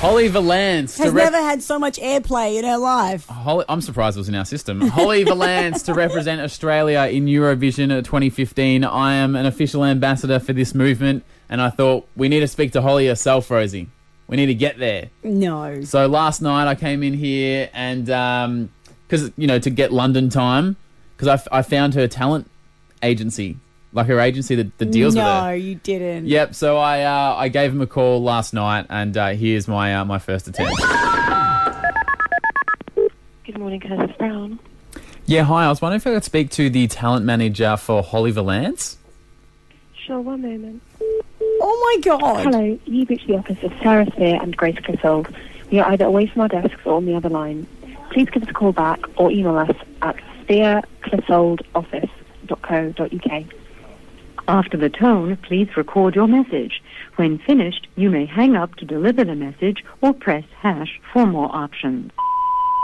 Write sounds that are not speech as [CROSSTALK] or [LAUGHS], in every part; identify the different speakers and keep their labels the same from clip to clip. Speaker 1: Holly Valance.
Speaker 2: Has
Speaker 1: to rep-
Speaker 2: never had so much airplay in her life.
Speaker 1: Holly, I'm surprised it was in our system. Holly Valance to represent Australia in Eurovision uh, 2015. I am an official ambassador for this movement, and I thought we need to speak to Holly herself, Rosie. We need to get there.
Speaker 2: No.
Speaker 1: So last night I came in here and because you know to get London time because I, f- I found her talent agency, like her agency that, that deals with
Speaker 2: no,
Speaker 1: her.
Speaker 2: you didn't.
Speaker 1: Yep. So I uh, I gave him a call last night, and uh, here's my uh, my first attempt.
Speaker 3: Good morning, Curtis Brown.
Speaker 1: Yeah. Hi. I was wondering if I could speak to the talent manager for Holly Valance.
Speaker 3: Sure, one moment.
Speaker 2: Oh my god.
Speaker 3: Hello, you've reached the office of Sarah Spear and Grace Griswold. We are either away from our desks or on the other line. Please give us a call back or email us at spearclisoldoffice.co.uk.
Speaker 4: After the tone, please record your message. When finished, you may hang up to deliver the message or press hash for more options.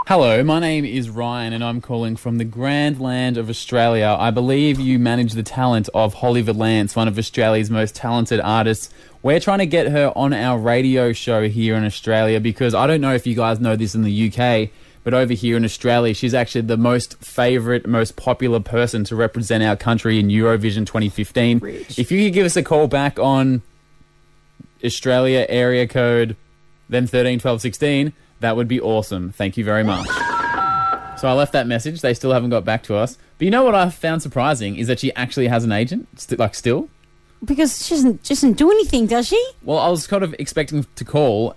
Speaker 1: Hello, my name is Ryan, and I'm calling from the grand land of Australia. I believe you manage the talent of Holly Valance, one of Australia's most talented artists. We're trying to get her on our radio show here in Australia because I don't know if you guys know this in the UK, but over here in Australia, she's actually the most favourite, most popular person to represent our country in Eurovision 2015.
Speaker 2: Rich.
Speaker 1: If you could give us a call back on Australia area code, then 13, 12, 16, that would be awesome. Thank you very much. So I left that message. They still haven't got back to us. But you know what I found surprising is that she actually has an agent, st- like still.
Speaker 2: Because she doesn't, she doesn't do anything, does she?
Speaker 1: Well, I was kind of expecting to call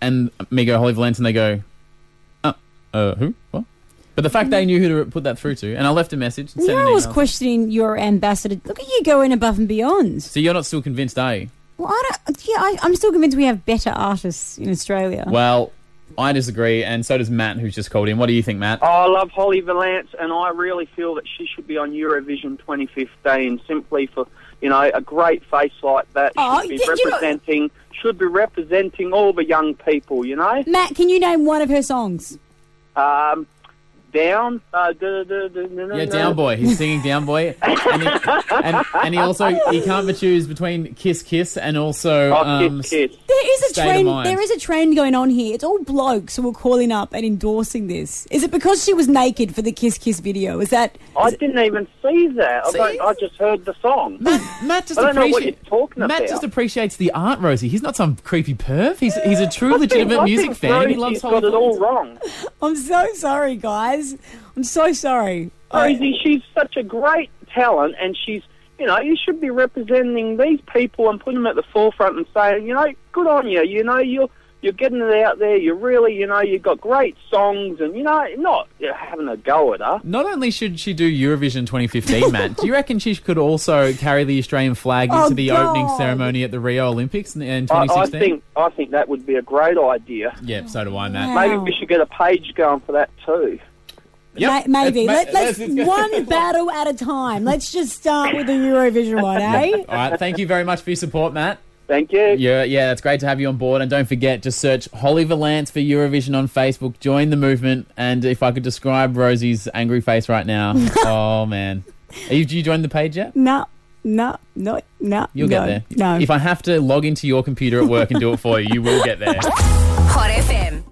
Speaker 1: and me go Holly Valance and they go, uh, uh, who? What? But the fact they knew who to put that through to, and I left a message and
Speaker 2: You
Speaker 1: sent
Speaker 2: know,
Speaker 1: an
Speaker 2: I was
Speaker 1: email.
Speaker 2: questioning your ambassador. Look at you going above and beyond.
Speaker 1: so you're not still convinced, are you?
Speaker 2: Well, I don't, yeah, I, I'm still convinced we have better artists in Australia.
Speaker 1: Well, I disagree, and so does Matt, who's just called in. What do you think, Matt?
Speaker 5: I love Holly Valance, and I really feel that she should be on Eurovision 2015 simply for you know a great face like that.
Speaker 2: Oh,
Speaker 5: should be
Speaker 2: did you not-
Speaker 5: representing should be representing all the young people. You know,
Speaker 2: Matt, can you name one of her songs?
Speaker 5: um, down. Uh, da, da, da, da, da,
Speaker 1: Yeah,
Speaker 5: da.
Speaker 1: Down Boy. He's singing Down
Speaker 5: [LAUGHS]
Speaker 1: Boy, and he, and, and he also he can't but choose between Kiss Kiss and also
Speaker 5: Oh,
Speaker 1: um,
Speaker 5: kiss, kiss.
Speaker 2: There is a
Speaker 1: State of
Speaker 2: trend.
Speaker 1: Mind.
Speaker 2: There is a trend going on here. It's all blokes who are calling up and endorsing this. Is it because she was naked for the Kiss Kiss video? Is that?
Speaker 5: I didn't even see that. I, don't, I just heard the song.
Speaker 1: Matt, Matt just
Speaker 5: I don't know what
Speaker 1: appreciate-
Speaker 5: you're talking
Speaker 1: Matt
Speaker 5: about.
Speaker 1: just appreciates the art, Rosie. He's not some creepy perv. He's he's a true legitimate
Speaker 5: I
Speaker 1: music
Speaker 5: think
Speaker 1: fan. and he loves
Speaker 5: Rosie's
Speaker 1: Holly
Speaker 5: got it all
Speaker 1: Valance.
Speaker 5: wrong.
Speaker 2: I'm so sorry, guys. I'm so sorry.
Speaker 5: Rosie, she's such a great talent, and she's, you know, you should be representing these people and putting them at the forefront and saying, you know, good on you. You know, you're you're getting it out there. You're really, you know, you've got great songs, and you know, not you know, having a go at her.
Speaker 1: Not only should she do Eurovision 2015, Matt, do you reckon she could also carry the Australian flag into
Speaker 2: Oh,
Speaker 1: the opening
Speaker 2: God.
Speaker 1: ceremony at the Rio Olympics in, in
Speaker 5: I, I
Speaker 1: 2016?
Speaker 5: think I think that would be a great idea.
Speaker 1: yeah, so do I, Matt.
Speaker 2: Wow.
Speaker 5: Maybe we should get a page going for that too.
Speaker 1: Yep.
Speaker 2: Ma- maybe.
Speaker 1: Ma-
Speaker 2: Let,
Speaker 1: [LAUGHS]
Speaker 2: let's
Speaker 1: let's go.
Speaker 2: one battle at a time. Let's just start with the Eurovision
Speaker 1: [LAUGHS]
Speaker 2: one, eh?
Speaker 1: All right, thank you very much for your support, Matt.
Speaker 5: Thank you.
Speaker 1: Yeah, yeah, it's great to have you on board. And don't forget, just search Holly Valance for Eurovision on Facebook. Join the movement. And if I could describe Rosie's angry face right
Speaker 2: [LAUGHS]
Speaker 1: now, oh man, Have you, you joined the page yet?
Speaker 2: No, no, no, no.
Speaker 1: You'll get
Speaker 2: no,
Speaker 1: there.
Speaker 2: No. [LAUGHS]
Speaker 1: If I have to log into your computer at work and do it for you, you will get there.